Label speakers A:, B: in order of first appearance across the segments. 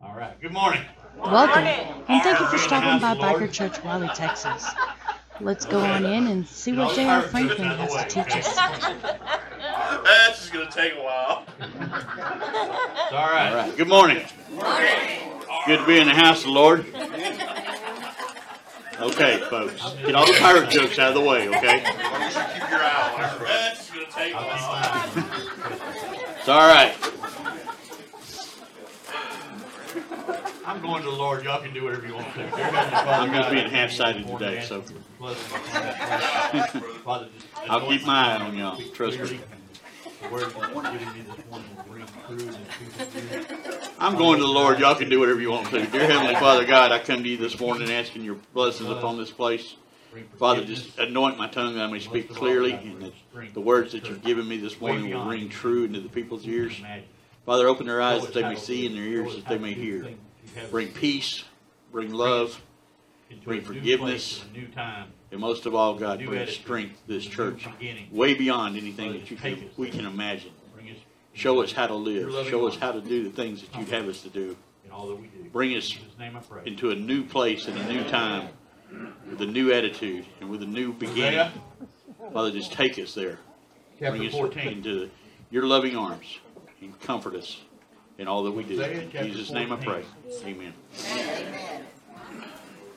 A: right. Good morning.
B: Welcome, and thank you for stopping by Biker Church Wiley, Texas. Let's go on in and see what J.R. Franklin has to teach us.
C: That's just gonna take a while.
A: It's all right. Good morning. Good to be in the house of the Lord. Okay, folks. Get all the pirate jokes out of the way, okay?
C: Keep your eye on her. That's just gonna take a while.
A: It's all right. I'm going to the Lord. Y'all can do whatever you want to. I'm just being half-sighted today, so I'll keep my eye on y'all. Trust me. I'm going to the Lord. Y'all can do whatever you want to. Dear Heavenly Father God, I come to you this morning asking your blessings upon this place. Father, just anoint my tongue that I may speak clearly and that the words that you've given me this morning will ring true into the people's ears. Father, open their eyes that they may see and their ears that they may hear. Bring peace, bring love, bring forgiveness,
D: New time.
A: and most of all, God, bring strength to this church way beyond anything that you can, we can imagine.
D: Bring us
A: Show us how to live. Show us how to do the things that you'd have us to do.
D: in all that we do.
A: Bring us
D: In Jesus' name I pray.
A: into a new place and a new time with a new attitude and with a new beginning.
D: Isaiah?
A: Father, just take us there. Bring
D: Chapter
A: us
D: fourteen.
A: into your loving arms and comfort us in all that we do.
D: Isaiah
A: In
D: chapter
A: Jesus' name I pray.
D: 14.
A: Amen.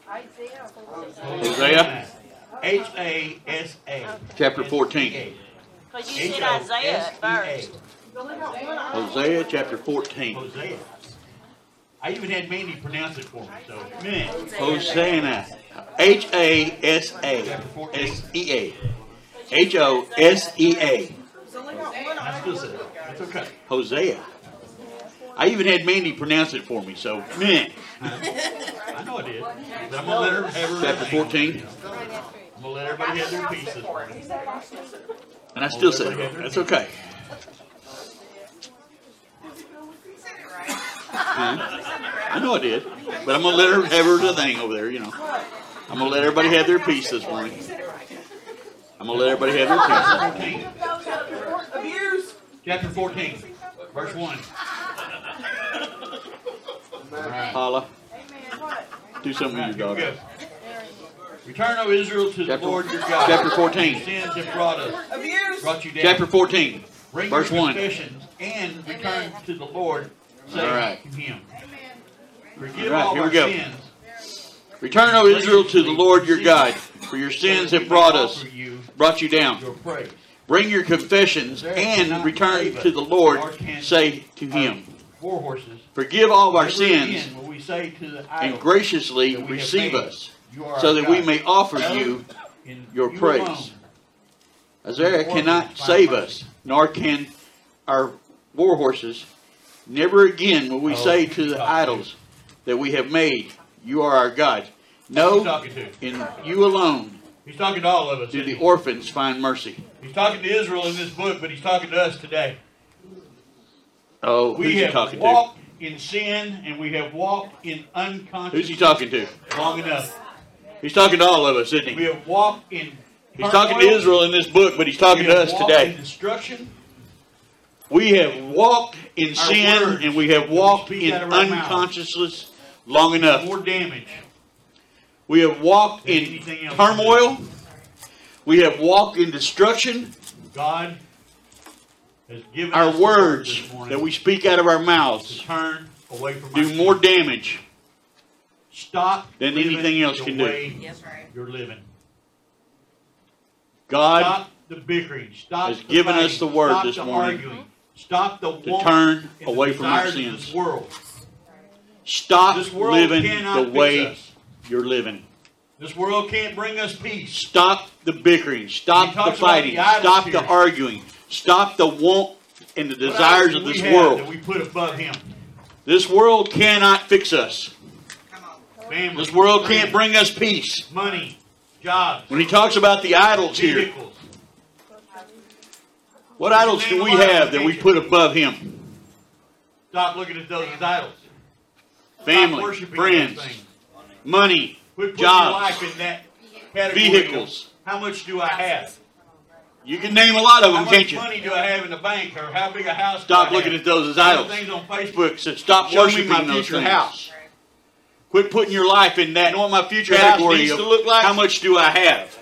E: Isaiah 46.
A: Hosea?
D: H A S A.
A: Chapter 14.
E: Because you said Isaiah at first.
A: Hosea chapter 14.
D: Hosea. I even had Mandy pronounce it for me, so, man.
A: Hosanna. H A S A
D: Chapter 14.
A: S E A. H O S E A.
D: I still said it. It's okay.
A: Hosea. I even had Mandy pronounce it for me, so man.
D: I know I did. But I'm gonna let her have her.
A: Chapter 14.
D: I'm gonna let everybody have their pieces. Brandon.
A: And I still said it wrong. That's okay. Huh? Hmm? I know I did, but I'm gonna let her have her thing over there, you know. I'm gonna let everybody have their piece this morning. I'm gonna let everybody have their piece.
D: Chapter fourteen, verse one.
A: Holla. Do something with
D: Here
A: your
D: we
A: daughter.
D: go. Return, O Israel, to the
A: Chapter-
D: Lord your God.
A: Chapter
D: Your
A: 14.
D: Sins have brought us, brought you down.
A: Chapter 14.
D: Bring
A: verse
D: your
A: one.
D: confessions and return to the Lord,
A: All
D: saying
A: right.
D: to Him. Forgive
A: All right,
D: all
A: here
D: our
A: we go.
D: sins.
A: Return, O Israel, to the Lord your God, for your sins have brought us,
D: Offer you
A: brought you down.
D: your praise.
A: Bring your confessions and return to the Lord, say to him,
D: War horses.
A: Forgive all of our
D: Never
A: sins
D: again will we say to the idol,
A: and graciously receive us, so that we may offer you.
D: in
A: your
D: you
A: praise.
D: alone.
A: Isaiah cannot save us, nor can our war horses. Never again
D: Oh,
A: will we say to the idols that we have made, You are our God.
D: Who's he
A: No,
D: talking to?
A: in you alone
D: He's talking to all of us.
A: do
D: isn't
A: the
D: he?
A: orphans find mercy.
D: He's talking to Israel in this book, but he's talking to us today.
A: Oh, who's
D: We
A: he
D: have
A: talking to?
D: walked in sin and we have walked in
A: Who's he
D: unconscious
A: talking to?
D: long enough.
A: He's talking to all of us, isn't
D: We
A: he?
D: have walked in
A: He's talking to
D: turmoil.
A: Israel in this book, but he's talking
D: We
A: to
D: have
A: us
D: walked
A: today.
D: in destruction.
A: We have walked in
D: Our
A: sin
D: words
A: and we have
D: that we
A: walked
D: speak
A: in
D: out of our mouths.
A: unconsciousness long enough.
D: More damage.
A: We have walked
D: Than
A: in
D: anything else.
A: turmoil. We have walked in destruction.
D: God has given
A: Our
D: us the word
A: words
D: this morning
A: that we speak out of our
D: to
A: mouths
D: turn away from our
A: do
D: sin.
A: more damage.
D: Stop
A: than
D: living
A: anything else
D: the
A: can do.
D: way
E: Yes, right.
D: You're living.
A: God
D: Stop the bickering. Stop
A: has
D: the
A: given us
D: fighting.
A: the word
D: Stop
A: this
D: the
A: morning
D: arguing. Stop the
A: to
D: want
A: turn
D: and the
A: away from our
D: desires of
A: sins.
D: This world.
A: stop
D: This world
A: living
D: cannot
A: the
D: fix
A: way
D: us.
A: you're living.
D: This world can't bring us peace.
A: Stop the bickering.
D: He
A: Stop
D: talks
A: the
D: about
A: fighting.
D: the idols
A: Stop the
D: here.
A: arguing. Stop the want and the
D: What
A: desires
D: idols
A: of
D: do
A: this
D: we have That
A: world.
D: we put above him.
A: This world cannot fix us.
D: Family,
A: This world can't bring us peace.
D: money, jobs,
A: When he talks about the idols here,
D: vehicles.
A: what idols do we have that we put above him?
D: Stop looking at those as idols. Stop
A: Family,
D: worshiping
A: friends,
D: those things.
A: money,
D: Quit putting your
A: jobs,
D: life in that category. of,
A: vehicles.
D: How much do I have?
A: You can name a lot of
D: How
A: them,
D: much
A: can't you?
D: money do I have in the bank, or how big a house? do I
A: Stop
D: have?
A: looking at those as
D: Those
A: idols.
D: Things on Facebook.
A: Facebook says stop
D: Show me
A: worshiping
D: my
A: those
D: future
A: things.
D: house.
A: Quit putting your life in that
D: You know what my future house
A: category
D: needs
A: of
D: to look like?
A: how much do I have.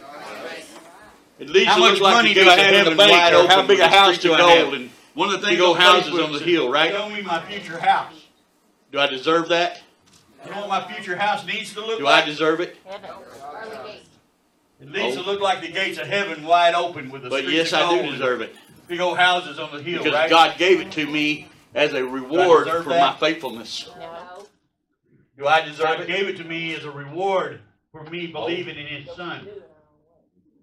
A: It needs
D: How
A: to
D: much
A: look like
D: money
A: the
D: do I
A: gates of
D: have in the
A: heaven wide
D: bank, or
A: open
D: how big
A: with
D: a
A: the
D: house
A: streets
D: do
A: of
D: I have?
A: gold and One of the
D: Big
A: things
D: old
A: on houses on the hill, right?
D: Show me my future house.
A: Do I deserve that?
D: You know what my future house needs to look
A: Do I
D: like?
A: deserve it?
D: It needs to look like the gates of heaven wide open with the
A: Oh. But
D: streets
A: yes,
D: of
A: I
D: gold
A: do
D: and
A: deserve it
D: Big old houses on the hill,
A: because
D: right?
A: God gave it to me as a reward
D: deserve
A: for my
D: that?
A: faithfulness.
D: do I deserve it? gave it to me as a reward for me
A: Oh.
D: believing in His Son.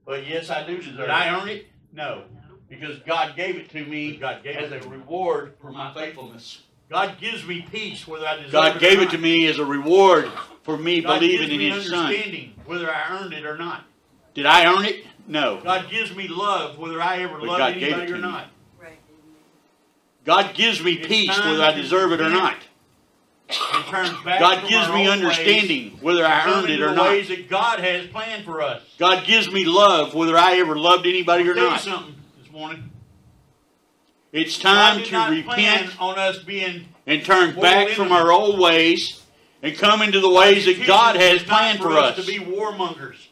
D: But yes, I do deserve it. Did I earn it? No, because God gave it to me God gave as a reward for my faithfulness. God gives me peace whether I deserve it.
A: God
D: or
A: gave it
D: not.
A: to me as a reward for me
D: God
A: believing
D: gives
A: in
D: me
A: His Son.
D: understanding whether I earned it or not.
A: Did I earn it? No.
D: God gives me love whether I ever
A: But
D: loved
A: God gave it
D: anybody
A: to
D: or
A: me.
D: not.
A: God gives me
D: It's
A: peace
D: time
A: whether I
D: to
A: deserve it or
D: repent.
A: not.
D: It turns back
A: God
D: from
A: gives
D: our
A: me
D: old ways,
A: understanding whether I
D: turn
A: earned it
D: into
A: or
D: the
A: not.
D: Ways that God has planned for us.
A: God gives me love whether I ever loved anybody or
D: I'll tell you
A: not.
D: something this morning.
A: It's
D: God
A: time
D: did
A: to
D: not plan
A: repent
D: on us being
A: and turn
D: War
A: back from
D: enemy.
A: our old ways and come into the ways that
D: His
A: God
D: intention
A: has
D: is not
A: planned for us.
D: to be warmongers.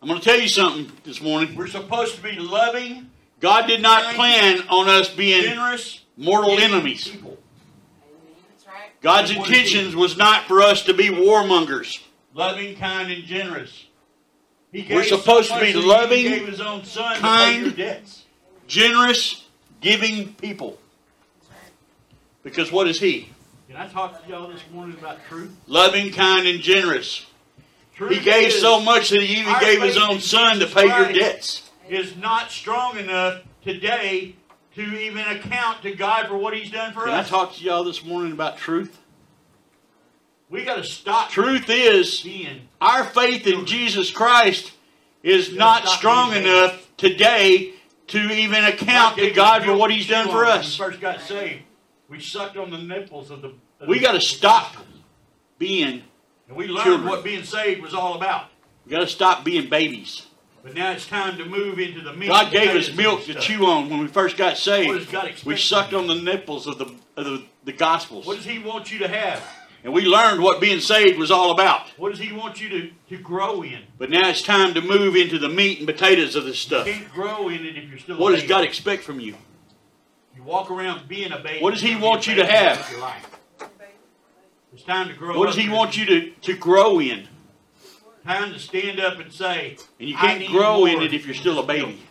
A: I'm going to tell you something this morning.
D: We're supposed to be loving,
A: God did not
D: Kind,
A: plan on us being
D: generous,
A: mortal
D: giving
A: enemies.
D: people.
A: God's
D: That's what he
A: intentions was not for us to be warmongers.
D: loving, kind, and generous. He
A: We're
D: gave so
A: supposed to
D: much
A: be
D: that he
A: loving,
D: gave his own son to pay
A: kind,
D: your debts.
A: Generous, giving people. Because what is He?
D: Can I talk to y'all this morning about truth?
A: Loving, kind, and generous.
D: Truth
A: He gave
D: is,
A: so much that he even
D: our
A: gave his
D: faith
A: own
D: in
A: son to
D: Jesus
A: pay your
D: Christ.
A: debts.
D: is not strong enough today to even account to God for what He's done for
A: Can I
D: us.
A: talk to y'all this morning about truth?
D: we got to stop
A: Truth is,
D: being
A: our faith in Jesus Christ is not
D: stop
A: strong
D: being
A: enough today to even account to God for what he's done for us.
D: When we first got saved, we sucked on the nipples of the. of
A: We
D: the-
A: got to stop being,
D: And we learned
A: children.
D: what being saved was all about.
A: we got to stop being babies.
D: But now it's time to move into the meat.
A: God
D: and
A: gave us
D: potatoes
A: milk
D: and
A: to
D: stuff.
A: chew on when we first got
D: What does
A: saved.
D: God
A: We
D: expect
A: sucked
D: from
A: on the nipples of the, of the, the Gospels.
D: What does He want you to have?
A: And we learned what being saved was all about.
D: What does He want you to, to grow in?
A: But now it's time to move into the meat and potatoes of this
D: You
A: stuff.
D: can't grow in it if you're still.
A: What
D: a
A: does
D: baby.
A: God expect from you?
D: You walk around being a baby.
A: What does he
D: You're
A: want
D: a
A: you
D: baby
A: to have?
D: throughout your life. It's time to grow.
A: What does
D: up.
A: He want you to, to grow in?
D: Time to stand up and say,
A: And you
D: I
A: can't
D: need
A: grow in
D: more
A: it if you're still a
D: than just
A: baby.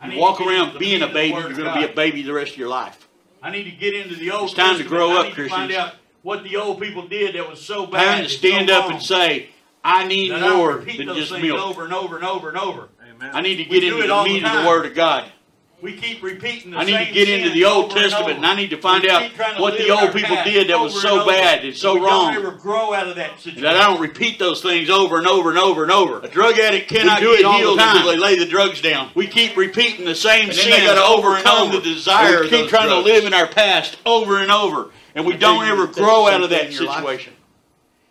D: I need
A: You
D: to
A: walk
D: get into
A: around
D: the
A: being
D: meat
A: a
D: of the
A: baby,
D: Word
A: you're
D: of
A: going to be
D: God.
A: a baby the rest of your life.
D: I need to get into the old.
A: It's time to
D: Testament.
A: grow
D: I
A: up,
D: need to Find out
A: Christians.
D: what the old people did that was so bad.
A: Time to
D: and so
A: stand up
D: wrong,
A: and say, I need
D: that I don't
A: more
D: repeat
A: than
D: those
A: just
D: things
A: milk.
D: Over and over and over and over.
A: I need to
D: We
A: get
D: do
A: into
D: it
A: the
D: all the
A: meat of the
D: time.
A: Word of God.
D: We keep repeating the
A: I need to
D: same
A: get into
D: sins
A: the Old
D: over and
A: Testament and
D: over.
A: I need to find
D: We
A: out
D: keep trying to
A: what the
D: live in
A: old
D: our
A: people
D: past
A: did that was
D: over
A: so
D: over.
A: bad and so
D: we
A: wrong.
D: Don't ever grow out of that situation.
A: that I don't repeat those things over and over and over and over. A drug addict cannot
F: do
A: get
F: it all the
A: healed
F: time.
A: until they lay the drugs down. We keep repeating the
F: And
A: same
F: then they
A: sin
F: gotta
A: to
F: over and
A: overcome
F: over.
A: the desire.
F: And we
A: of
F: keep
A: those
F: trying to
A: drugs.
F: live
A: in our past over and over, and we
F: I
A: don't
F: think
A: ever
F: that's the
A: grow
F: same
A: out of
F: thing
A: that
F: in your life.
A: situation.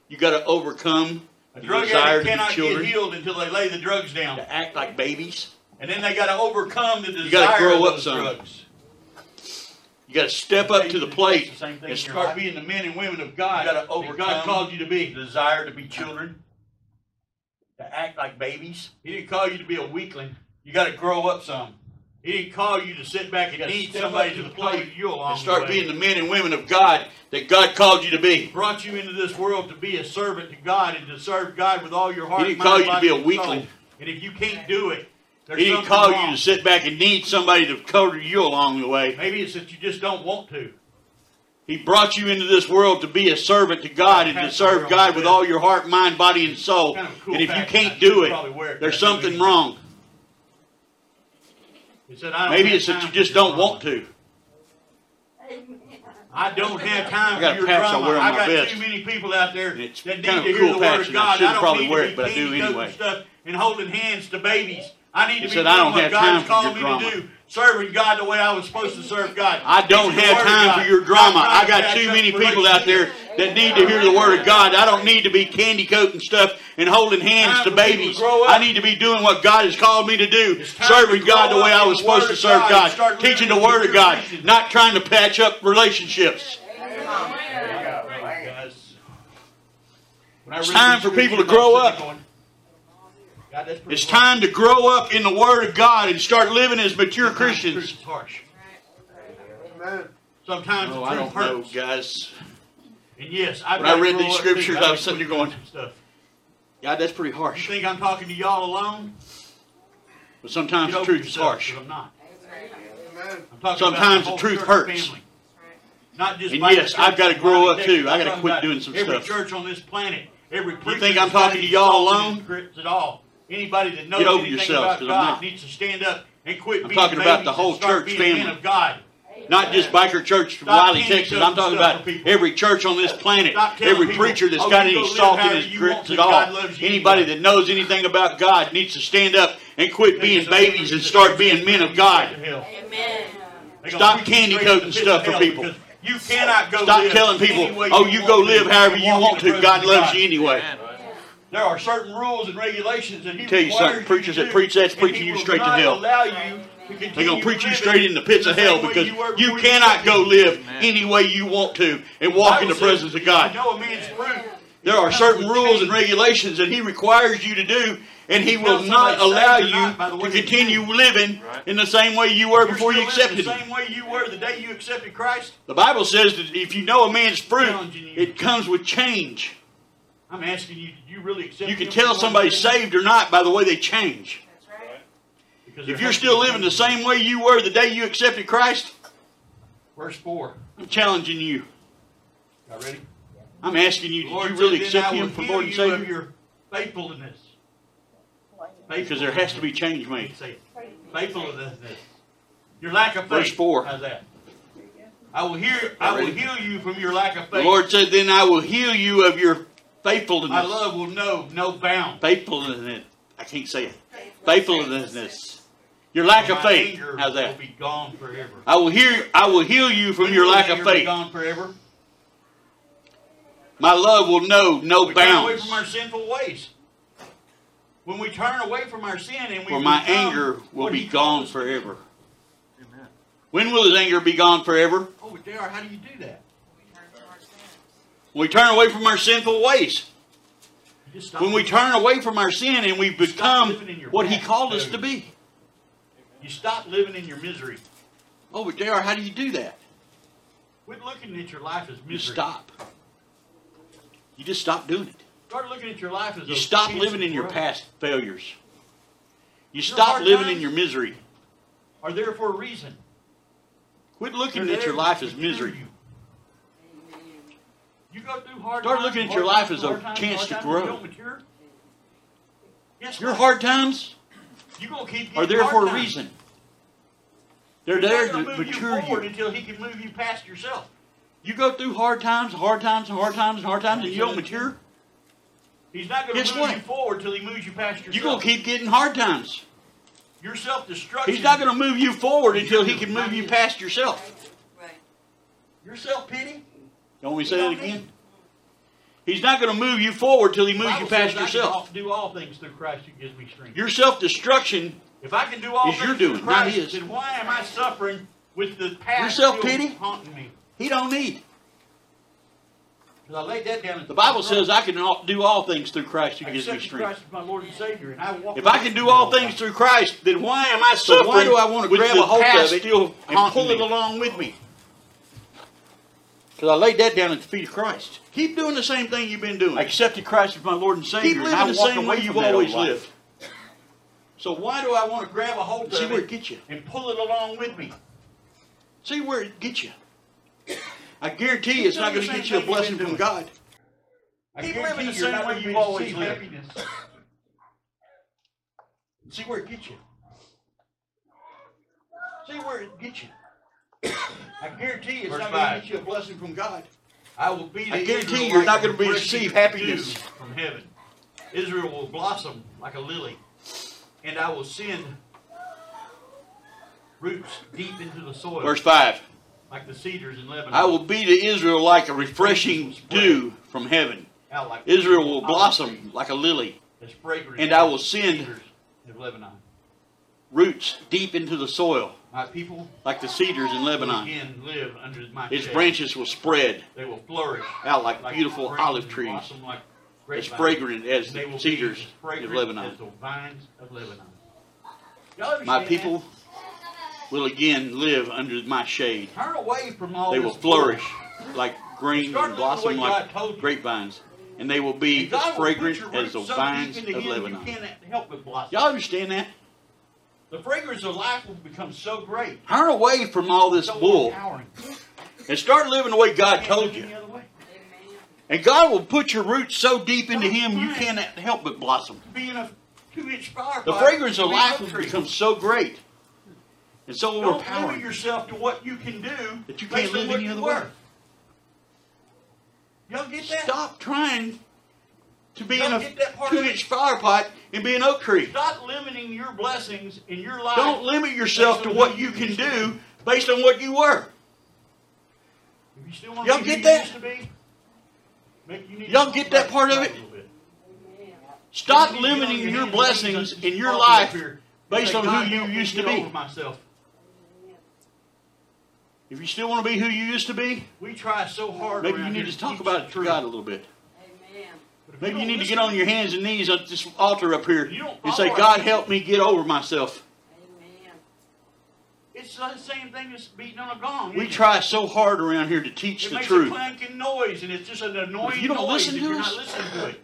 A: You got to overcome
D: A
A: the
D: drug
A: desire
D: addict
A: to be
D: cannot get
A: children,
D: healed until they lay the drugs down.
A: to act like babies.
D: And then they got to overcome the desire
A: gotta grow
D: of
A: up
D: those
A: some.
D: drugs.
A: You got to step up to the plate
D: It's the same thing
A: and
D: in your life.
A: start.
D: being the men and women of God.
F: You gotta
D: that God
F: overcome
D: called you to be. Desire to be children. To act like babies. He didn't call you to be a weakling. You got to grow up some. He didn't call you to sit back and
A: gotta
D: need
A: step
D: somebody
A: up
D: to
A: to the
D: play
A: plate
D: you along
A: And start
D: the way.
A: being the men and women of God that God called you to be.
D: Brought you into this world to be a servant to God and to serve God with all your heart.
A: He didn't
D: mind,
A: call you to
D: body,
A: be a
D: and
A: weakling.
D: soul. And if you can't do it, there's
A: He didn't
D: something
A: call
D: wrong.
A: you to sit back and need somebody to cover you along the way.
D: Maybe it's that you just don't want to.
A: He brought you into this world to be a servant to God and to serve God with all your heart, mind, body, and soul.
D: Kind
A: And
D: of a cool
A: if you
D: fact. I
A: can't
D: should
A: do
D: probably wear
A: it,
D: it
A: there's
D: for that
A: something
D: movie.
A: wrong.
D: He said, I don't
A: Maybe
D: have
A: it's that
D: time
A: you
D: for
A: just
D: your
A: don't
D: drama.
A: want to.
D: I don't have
A: I
D: time for
A: got a
D: your
A: patch I
D: drama.
A: wear on
D: I
A: my
D: got
A: vest.
D: too many people out there
A: And it's
D: that need
A: kind
D: to
A: of
D: hear
A: a cool
D: the word
A: patch,
D: of
A: and I
D: God.
A: shouldn't
D: I don't
A: probably
D: need to
A: wear
D: be
A: it, but I do
D: candy-coated
A: anyway.
D: Stuff and holding hands to babies. I need to be doing
A: said, "I don't
D: what
A: have
D: God's
A: time
D: calling
A: for
D: me
A: your
D: to
A: drama.
D: do, serving God the way I was supposed to serve God.
A: I don't
D: Teaching the
A: have
D: Word of
A: time
D: God.
A: for your drama.
D: I'm trying
A: I
D: to
A: got
D: catch
A: too
D: up
A: many
D: for
A: people out there
D: relationships.
A: that need to hear the word of God. I don't need to be candy coating stuff and holding hands
D: Time
A: to
D: for people to
A: babies.
D: grow up.
A: I need to be doing what God has called me to do,
D: It's time to
A: serving
D: grow
A: God the
D: up
A: way I
D: in
A: was
D: the Word
A: supposed to
D: of
A: serve
D: God and
A: God,
D: start
A: teaching the
D: living
A: word
D: with
A: of
D: your
A: God,
D: Christian.
A: not trying to patch up relationships.
D: It's
A: time for people to grow up. It's time to grow up in the word of God and start living as mature Christians.
D: It's harsh. Sometimes
A: Oh,
D: the
A: I
D: truth
A: don't know,
D: hurts.
A: guys.
D: And yes, I've
A: When I
D: gotta
A: read
D: grow
A: these
D: up too.
A: scriptures,
D: I've
A: I
D: been
A: was sitting there
D: quick
A: going,
D: with stuff.
A: God, that's pretty
D: You
A: harsh.
D: think I'm talking to y'all alone?
A: But sometimes
D: Get
A: the
D: over
A: truth is
D: yourself,
A: harsh.
D: 'cause I'm not.
F: Amen.
D: I'm talking about
A: Sometimes
D: whole
A: the truth
D: church
A: hurts.
D: family. Not just
A: And
D: my
A: yes,
D: church,
A: I've gotta
D: my
A: grow up
D: Texas.
A: too. I gotta
D: I'm talking
A: quit
D: about
A: doing some stuff.
D: Every church on this planet, every preacher.
A: think I'm
D: that's got
A: talking
D: any
A: to
D: salt
A: y'all
D: in his
A: alone?
D: grits At all. Anybody that knows
A: Get over
D: anything
A: yourself,
D: about
A: 'cause I'm
D: God
A: not.
D: needs to stand up and quit
A: I'm
D: being
A: talking about
D: babies
A: the
D: and
A: whole
D: start
A: church
D: being men
A: family.
D: of God.
A: Not just biker church from
D: Stop
A: Wiley,
D: candy
A: Texas. I'm talking
D: coating stuff
A: about
D: for people.
A: every church on this planet,
D: Stop telling
A: every
D: people,
A: preacher that's
D: "Oh,
A: got
D: you
A: any
D: go live
A: salt in
D: however
A: his
D: you want
A: grits
D: to.
A: at
D: God
A: all.
D: loves you
A: Anybody
D: anyway."
A: that knows anything about God needs to stand up and quit being babies and start being men of God.
E: Amen.
A: Stop candy coating stuff for people.
D: You cannot go
A: Stop
D: live
A: telling people,
D: any way
A: oh, you go
D: want to
A: live however
D: and
A: you
D: walk
A: want
D: in the
A: to. God
D: presence of
A: loves you anyway.
D: There are certain rules and regulations that he
A: Tell you
D: requires
A: something,
D: to
A: preachers that
D: do,
A: preach that's
D: and
A: preaching
D: he
A: you
D: will
A: straight to
D: not
A: hell.
D: allow you to
A: They're
D: continue
A: going to preach you
D: living
A: straight in the pits of
D: the
A: hell
D: same way
A: because
D: were
A: you
D: before
A: cannot
D: came
A: go
D: in.
A: live any way you want to and walk in the
D: Bible says,
A: presence of God.
D: You know a man's fruit.
A: There are certain rules and regulations that he requires you to do, and he will not allow you to continue living in the same way you were
D: You're
A: before you
D: still living
A: accepted
D: the
A: him.
D: same way you were the day you accepted Christ.
A: The Bible says that if you know a man's fruit, it comes with change.
D: I'm asking you, do you really accept?
A: You can
D: him
A: tell
D: for what
A: somebody's
D: he is?
A: saved or not by the way they change.
D: Because there
A: If you're
D: has to
A: still
D: be
A: living the
D: change.
A: same way you were the day you accepted Christ,
D: Verse four.
A: I'm challenging you.
D: Y'all ready?
A: I'm asking you, did
D: Lord
A: you really
D: said, "Then I
A: accept
D: will
A: him for
D: heal
A: Lord and
D: you of
A: Savior?
D: Your faithfulness.
A: Because there has to be change made.
D: Say it. Faithfulness. Your lack of faith.
A: Verse four.
D: How's that? I will hear. I will heal you from your lack of
A: The
D: faith.
A: Lord said, then I will heal you of your faithfulness.
D: My love will know no bound.
A: faithfulness. I can't say it. Faithfulness. Your lack of
D: My
A: faith.
D: anger
A: How's
D: Will
A: that?
D: be gone forever.
A: I will hear. I will heal you from your
D: Will
A: lack of
D: anger be
A: faith.
D: Gone forever.
A: My love will know no
D: We turn away
A: bounds,
D: from our sinful ways. When we turn away from our sin and we
A: for my
D: become
A: anger will
D: what
A: be
D: he called
A: gone
D: us-
A: forever. When will his anger be gone forever?
D: Oh, JR, how do you do that?
A: When we turn away from our sinful ways.
D: You just stop
A: When we
D: living-
A: turn away from our sin and we become
D: living in your
A: what he
D: past,
A: called us
D: dude.
A: to be.
D: you stop living in your misery.
A: Oh, but JR, how do you do that?
D: Quit looking at your life as misery.
A: You stop. You just stop doing it.
D: Start looking at your life as
A: You
D: a
A: stop
D: chance
A: living in
D: to
A: your
D: grow.
A: past failures. You
D: Your
A: stop
D: hard
A: living in
D: times?
A: your misery.
D: Are there for a reason?
A: Quit looking
D: They're
A: at your
D: there
A: life
D: to
A: as
D: prepare
A: misery.
D: You. You go through hard
A: Start
D: times,
A: looking at
D: hard
A: your life
D: times,
A: as a
D: hard times,
A: chance
D: hard
A: to
D: times,
A: grow.
D: You don't mature. Guess
A: Your
D: what?
A: hard times
D: You gonna keep
A: are
D: getting
A: there
D: hard
A: for a
D: times.
A: reason. They're
D: He's not
A: there
D: gonna move
A: to mature
D: forward
A: you.
D: until he can move you past yourself.
A: You go through hard times, hard times, and hard times, and hard times, and you don't mature.
D: He's not gonna
A: Guess
D: move
A: what?
D: you forward till he moves you past yourself.
A: You're gonna keep getting hard times.
D: your self destruction.
A: He's not gonna move you forward until he can move you past yourself.
D: your self pity.
A: Don't we say that again? He's not gonna move you forward till he moves you past yourself.
D: Do all things through Christ who gives me strength.
A: Your self-destruction
D: If I can do all
A: It's your
D: things
A: doing,
D: through
A: not
D: Christ,
A: his.
D: then why am I suffering with the past
A: Your self-pity?
D: still haunting me?
A: He don't need.
D: 'Cause I laid that down. at
A: The Bible
D: cross.
A: says I can all- do all things through Christ who
D: I
A: gives me
D: accepted
A: strength.
D: Christ as my Lord and Savior, and I walk.
A: If I can do all things through Christ, then why am I suffering?
D: why do I wanna
A: with
D: grab
A: the
D: a hold of
A: past
D: it
A: still and
D: haunting
A: pull it
D: me?
A: along with me? Because I laid that down at the feet of Christ. Keep doing the same thing you've been doing. I accepted Christ as my Lord and
D: and
A: Savior.
D: I
A: Keep living the
D: walk
A: same
D: away
A: way
D: from
A: you've
D: that old
A: always
D: life.
A: lived.
D: so why do I want to grab a hold
A: See
D: of
A: where it
D: it
A: gets you.
D: and pull it along with me?
A: See where it gets you. I guarantee you, it's not
D: doing
A: going
D: the
A: to
D: same
A: get you a
D: thing you've
A: blessing
D: been
A: from
D: doing.
A: God.
D: I
F: Keep
D: guarantee
F: living the
D: you're
F: same
D: not
F: way
D: gonna
F: you've
D: be able to
F: always
D: see
F: lived.
D: happiness. See where it gets you. See where it gets you. I guarantee you, it's
A: Verse
D: not going to
A: five.
D: get you a blessing from God. I will be.
A: I
D: to
A: guarantee
D: Israel
A: you're
D: like
A: not
D: the
A: gonna be-
D: refreshing
A: receive happiness.
D: dew from heaven. Israel will blossom like a lily. and I will send roots deep into the soil,
A: Verse 5
D: like the cedars in Lebanon.
A: I will be to Israel like a refreshing dew from heaven.
D: out like
A: Israel will blossom like a lily,
D: There's fragrance
A: and I will
D: in the
A: send-
D: cedars of Lebanon.
A: roots deep into the soil,
D: My people
A: like the cedars in
D: will
A: Lebanon.
D: again live under my
A: Its
D: shade.
A: branches will spread
D: They will flourish
A: out like
D: like
A: beautiful
D: branches
A: olive
D: and
A: trees,
D: blossom like
A: as
D: grapevines.
A: fragrant as
D: They will
A: the
D: be
A: cedars
D: as
A: of
D: fragrant
A: Lebanon.
D: as the vines of Lebanon. Y'all
A: My
D: understand
A: people
D: that?
A: will again live under my shade.
D: turn away from all
A: They
D: this
A: will flourish like green
D: Start
A: and
D: doing
A: blossom
D: what
A: like
D: God told you.
A: grapevines, and they will
D: And
A: be as
D: God will put
A: fragrant
D: your
A: as
D: roots
A: the
D: so deep
A: vines
D: into
A: of
D: him, You
A: Lebanon.
D: cannot help but blossom.
A: Y'all understand that?
D: The fragrance of life will become so great.
A: Turn away from all this
D: so
A: bull
D: empowering.
A: and start living the way God
D: Can't
A: told
D: look
A: you.
D: any other way.
A: And God will put your roots so deep into Him, you cannot help but blossom.
D: Being a two-inch fire.
A: The
D: fight,
A: fragrance of
D: being
A: life
D: a
A: will
D: tree.
A: become so great and so
D: Don't limit
A: overpowering.
D: yourself to what you can do.
A: That you
D: based
A: can't
D: on
A: live
D: what
A: any
D: you
A: other
D: were.
A: way.
D: Y'all get that?
A: Stop trying to be in
D: Don't
A: a
D: get that part of it.
A: two-inch fire pot and be an oak tree.
D: Stop limiting your blessings in your life.
A: Don't limit yourself to what you can do based on what you were.
D: If you still want
A: Y'all
D: to be
A: get
D: who
A: that?
D: You used to be, make, you need
A: Y'all
D: to
A: get that part of it?
D: a little bit.
A: Stop
D: You need to get on
A: limiting your
D: hands and knees
A: blessings
D: and
A: in your
D: walk
A: life
D: up here and
A: based
D: say,
A: on
D: "God,
A: who you
D: help me
A: used to
D: get
A: be.
D: over myself.
A: If you still want to be who you used to be,
D: We try so hard.
A: maybe you
D: around
A: need
D: here
A: to talk
D: teach
A: about it
D: the
A: to
D: truth.
A: God a little bit.
D: But if
A: Maybe you
D: don't
A: need to
D: listen
A: get on your hands and knees at this altar up here
D: You don't
A: and say,
D: follow
A: God,
D: our-
A: help me get over myself.
D: It's the same thing as beating on a gong.
A: We
D: isn't it?
A: try so hard around here to teach
D: It
A: the
D: makes
A: truth.
D: a clanking noise, and it's just an annoying
A: you don't
D: noise
A: listen
D: if
A: to
D: you're
A: us-
D: not listening to it.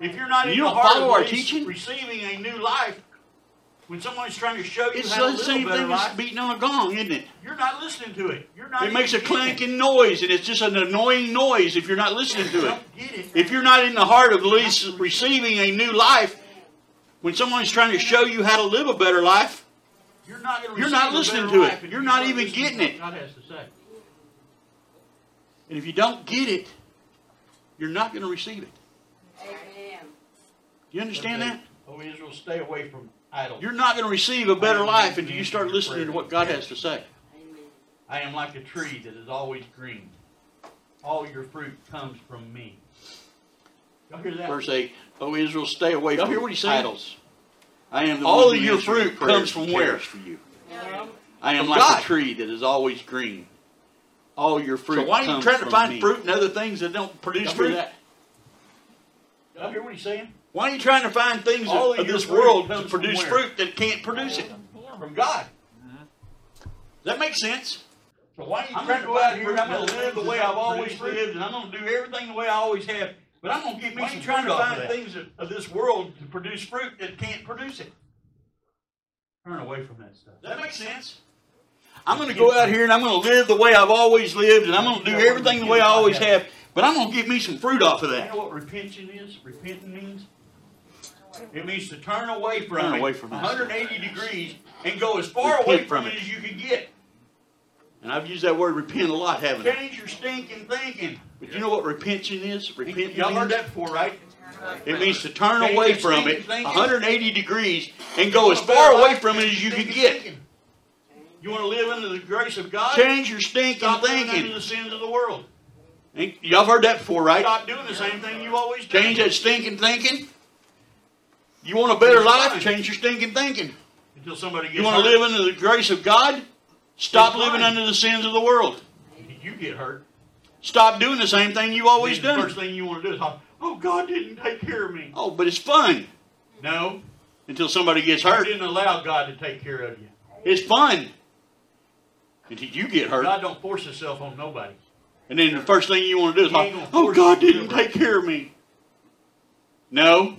D: If you're not
A: You
D: in the
A: don't
D: heart of
A: follow our
D: re-
A: teaching?
D: receiving a new life, when someone's trying to show you
A: It's
D: how to
A: the
D: live
A: same
D: a better
A: thing as
D: life,
A: beating on a gong, isn't it?
D: you're not listening to it. You're not.
A: It makes a
D: even getting it.
A: clanking noise, and it's just an annoying noise if you're not listening
D: You
A: to it.
D: don't get it.
A: If you're not in the heart of least receiving a new life, when someone's trying to show you how to live a better life,
D: You're not, gonna
A: You're not
D: receive a
A: listening
D: better
A: to it.
D: life if
A: You're not even
D: listening to
A: getting
D: what
A: it.
D: God has to say.
A: and if you don't get it, you're not going to receive it. Do you understand that?
D: Oh Israel, stay away from idols.
A: You're not going to receive a better life until you start listening to what God has to say.
D: I am like a tree that is always green. All your fruit comes from me. Y'all hear that?
A: Verse 8 O Israel, stay away
D: Y'all
A: from
D: hear what he's saying?
A: idols. I am the
D: All
A: one
D: of
A: who
D: your
A: answers
D: fruit
A: prayers
D: comes from
A: and
D: where?
A: cares For you. I am like
D: God.
A: a tree that is always green. All your fruit
D: So why are you
A: comes
D: trying to
A: from
D: find
A: me.
D: fruit
A: and other things that don't produce
D: fruit?
A: That.
D: Y'all hear what he's saying?
A: Why are you trying to find things
D: All
A: of,
D: of
A: of
D: your
A: this
D: fruit
A: world to
D: comes from
A: produce
D: where?
A: fruit that can't produce it?
D: From God.
A: That makes sense.
D: So why are you
C: I'm
D: trying to
C: gonna
D: go out
C: go
D: here?
C: out
D: I'm
C: here,
D: going to live the way I've always lived, and I'm going to do everything the way I always have. But I'm going to get me
C: Why
D: some
C: you
D: trying to
C: off of
D: find
C: that?
D: things of, of this world to produce fruit that can't produce it. Turn away from that stuff.
A: That makes sense. I'm going to go out here and I'm going to live the way I've always lived, and I'm going to do everything the way I always have. But I'm going to get me some fruit off of
D: You
A: that.
D: know what repenting is? Repenting means? It means to turn away from
A: Turn
D: it,
A: away from it.
D: 180 degrees and go as far
A: Repent
D: away
A: from
D: from it
A: it.
D: as you can get.
A: And I've used that word repent a lot, haven't I?
D: Change your stinking thinking.
A: But you know what repention is? Repentance.
D: Y'all heard that before, right?
A: It means to turn
D: Change
A: away
D: your
A: from
D: thinking,
A: it
D: thinking.
A: 180 degrees and go as far away from it as you can
D: Stinking
A: get.
D: thinking. You want to live under the grace of God?
A: Change your stinking
D: Stop living under
A: thinking.
D: the sins of the world.
A: And Y'all heard that before, right?
D: Stop doing the same thing you always do.
A: Change that stinking thinking. You want a better life? Change your stinking thinking.
D: Until somebody gets
A: You want to
D: hurt.
A: live under the grace of God? Stop
D: It's fine.
A: living under the sins of the world.
D: You get hurt.
A: Stop doing the same thing you've always
D: Then the
A: done.
D: First thing you want to do is, oh, God didn't take care of me.
A: Oh, but it's fun
D: No,
A: until somebody gets
D: you
A: hurt.
D: didn't allow God to take care of you.
A: It's fun until you get hurt.
D: God don't force himself on nobody.
A: And then the first thing you want to do is
D: He
A: like,
D: ain't gonna
A: oh,
D: force
A: God
D: you to
A: didn't
D: do right."
A: take care of me. No,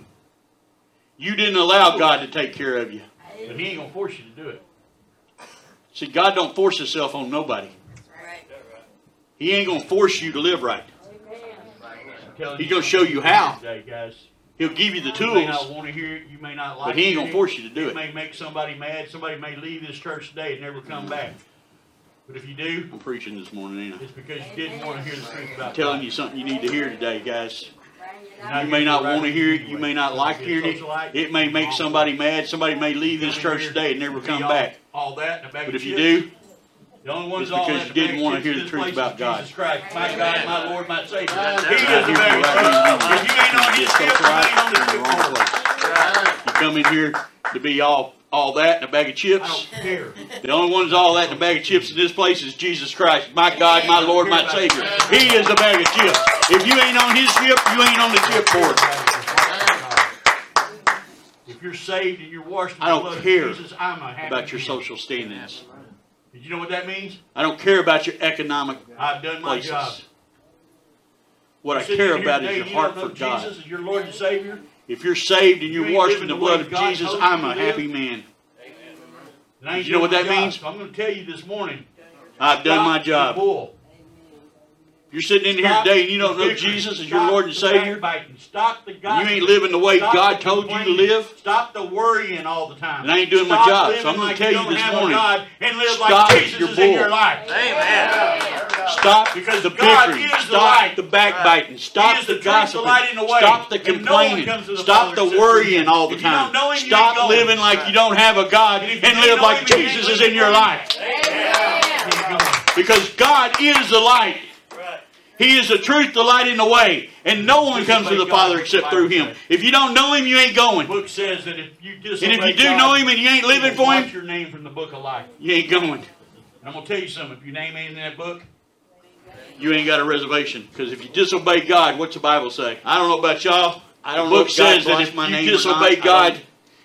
A: you didn't allow God to take care of you.
D: But he ain't gonna force you to do it.
A: See, God don't force himself on nobody. He ain't going to force you to live right.
D: I'm telling
A: He's gonna show you how.
D: Today, guys.
A: He'll give you the
D: You may not
A: tools,
D: want to hear it. You may not like it.
A: but he ain't going to force you to do
D: It
A: it.
D: may make somebody mad. Somebody may leave this church today and never come back. But if you do,
A: I'm preaching this morning, ain't I?
D: it's because you didn't want to hear the truth about
A: I'm telling
D: God.
A: you something you need to hear today, guys. You may not want to hear it, you may not like hearing it, it may make somebody mad, somebody may leave this church today and never come back.
D: All that and a bag
A: But
D: of
A: if you
D: chips.
A: do,
D: The only ones
A: It's
D: all that
A: because you didn't
D: debate
A: wanna
D: is
A: hear the
D: this
A: truth
D: place
A: about
D: is
A: God.
D: Jesus Christ, my God, my Lord, my Savior. He is
C: That's right.
D: the very
A: That's
D: first.
A: right.
D: If you ain't on his
A: Yes,
D: field, you ain't on
A: that's right.
D: the
A: You're in the wrong
D: field.
A: place. You come in here to be all, all that and a bag of
D: I
A: chips.
D: don't care.
A: The only ones all that and a bag of chips in this place is Jesus Christ, my God, my Lord, my Savior. He is a bag of chips. If you ain't on his chip, you ain't on the chip board.
D: If you're saved and you're washed in
A: I
D: the
A: don't
D: blood of
A: care
D: Jesus, I'm a happy
A: About your
D: man.
A: social standings.
D: Did you know what that means?
A: I don't care about your economic
D: I've done my job.
A: places. What I
D: Sitting
A: care
D: here
A: about
D: today,
A: is your
D: you
A: heart
D: don't know
A: for God.
D: Jesus is your Lord and Savior,
A: If you're saved and
D: You
A: you're
D: ain't
A: washed in
D: living
A: the
D: the
A: blood
D: way
A: of
D: God
A: Jesus,
D: told you
A: I'm
D: to
A: a
D: live.
A: happy man.
D: and I ain't
A: You know
D: doing
A: what
D: my
A: that
D: job.
A: means?
D: So I'm gonna tell you this morning.
A: I've done my
D: stop the
A: job.
D: bull.
A: If you're sitting in here
D: Stop
A: today and you
D: the
A: don't know
D: bickering.
A: Jesus as your
D: Stop
A: Lord and
D: the
A: Savior,
D: backbiting. Stop the
A: and you
D: gossiping.
A: ain't living the way
D: Stop
A: God
D: the
A: told you to
D: complaining.
A: live,
D: Stop the worrying all the time.
A: And I ain't doing my
D: Stop
A: job, so
D: living
A: I'm gonna
D: like
A: tell you
D: don't
A: this
D: have a
A: morning,
D: God and live
A: stop
D: like Jesus
A: your
D: is in your
A: bull.
D: life.
A: Stop
D: Because
A: the
D: God
A: bickering.
D: is the
A: Stop
D: light.
A: the backbiting.
D: He
A: Stop
D: is the
A: the
D: truth, the
A: gossiping.
D: light, and the way.
A: Stop the
D: And no one
A: complaining.
D: comes to the Father
A: Stop the
D: except through
A: worrying
D: Him.
A: all the
D: If you don't
A: time.
D: know Him, you ain't
A: Stop
D: going.
A: living like you don't have a God
D: And if
A: and
D: you
A: live
D: don't
A: like
D: know Him, you
A: Jesus
D: ain't
A: is in your
D: living.
A: life. Because God is the light. He is the truth, the light, and the way. And no one
D: This is
A: comes to
D: the way
A: the Father
D: God
A: except
D: is.
A: through Him. If you don't know Him, you ain't
D: The
A: going.
D: book says that if you disobey
A: And if you do
D: God,
A: know Him and you ain't living
D: you will
A: for
D: wipe
A: Him,
D: your name from the book of life.
A: you ain't going.
D: And I'm gonna tell you something. If your name ain't in that book,
A: You ain't got a reservation. Because if you disobey God, what's the Bible say? I don't know about y'all. I
D: don't
A: the
D: know
A: book
D: if God
A: says that
D: blots
A: if
D: my name
A: you
D: or not. I
A: disobey
D: don't-
A: God,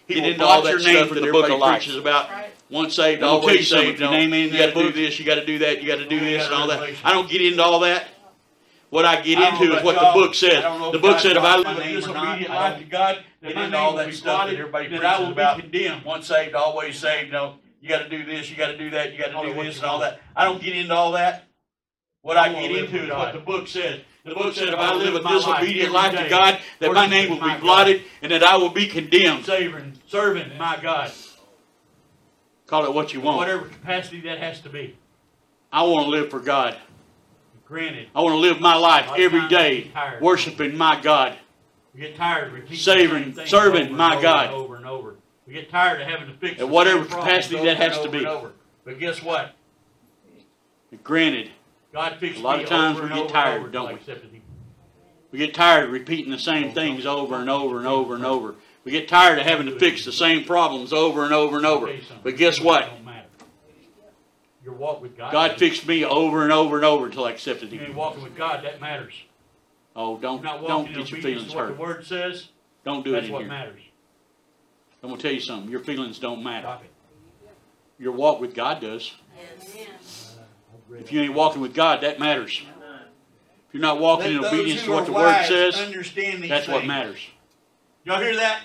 A: He
D: get
A: will
D: into all
A: blot
D: that
A: your name
D: stuff
A: from
D: in
A: the
D: the
A: book
D: book
A: of
D: of life.
A: life. about once saved,
D: I'm gonna
A: always
D: tell you
A: saved.
D: something,
A: Your name
D: don't-
A: ain't in
D: you gotta
A: that book.
D: do
A: This, you got to do that. You got to do
D: You
A: this
D: got
A: and all that.
D: revelation.
A: I don't get into all that. What I
D: I
A: get
D: don't know
A: into is
D: about
A: what the
D: y'all.
A: book
D: I
A: says.
D: don't know
A: The
D: if
A: book
D: God
A: said if I
D: blots
A: live
D: my
A: a
D: name or not,
A: disobedient
D: I
A: life
D: don't
A: to God,
D: get
A: then my
D: into
A: name
D: all
A: will
D: that
A: be
D: stuff that
A: blotted,
D: everybody
A: then I
D: preaches
A: will be
D: about.
A: condemned.
D: Once saved, always saved. No, you got to do this. You got to do that. You got
A: Only
D: to do
A: what
D: this
A: you
D: and all
A: want.
D: that. I don't get into all that. What I
A: I wanna
D: get
A: live
D: into
A: for
D: is what
A: God.
D: the book says.
A: The book said if I live a disobedient life to God, that my
D: worshiping
A: name will
D: my
A: be
D: God.
A: blotted and that I will be condemned.
D: saving, serving my God,
A: Call it what you want.
D: whatever capacity that has to be.
A: I want to live for God.
D: Granted,
A: I want to live my life every day
D: Tired.
A: worshiping my God.
D: we get tired of repeating
A: Saving,
D: the same things
A: serving
D: over and
A: my
D: over and
A: God.
D: over and over. We get tired of having to fix
A: At
D: the
A: whatever
D: same problems
A: capacity
D: over
A: that
D: and
A: has to
D: over
A: be.
D: and over. But guess what?
A: Granted,
D: God fixed
A: A
D: me
A: lot of times
D: over
A: we
D: and
A: get
D: over and
A: tired,
D: over,
A: don't
D: like
A: we?
D: sympathy.
A: we get tired of repeating the same things over and over and over and over. We get tired of having to fix the same problems over and over and
D: I'll
A: over.
D: tell you something.
A: But guess what?
D: Don't matter. Your walk with God.
A: God
D: does.
A: fixed me over and over and over until I accepted
D: You ain't
A: Him.
D: walking with God, that matters.
A: Oh, don't
D: You're not
A: don't
D: walking in
A: get your
D: obedience
A: feelings
D: to what the
A: hurt.
D: word says,
A: Don't do it
D: that's
A: in
D: what
A: here.
D: matters.
A: I'm gonna tell you something. Your feelings don't matter.
D: Stop it.
A: Your walk with God does.
D: I've read
A: If you ain't walking with God, that matters. If you're not
D: it.
A: walking in
D: Let
A: obedience
D: those
A: to
D: who
A: what
D: are
A: the Word
D: wise
A: says,
D: understand these
A: that's what
D: things.
A: matters.
D: Y'all hear that?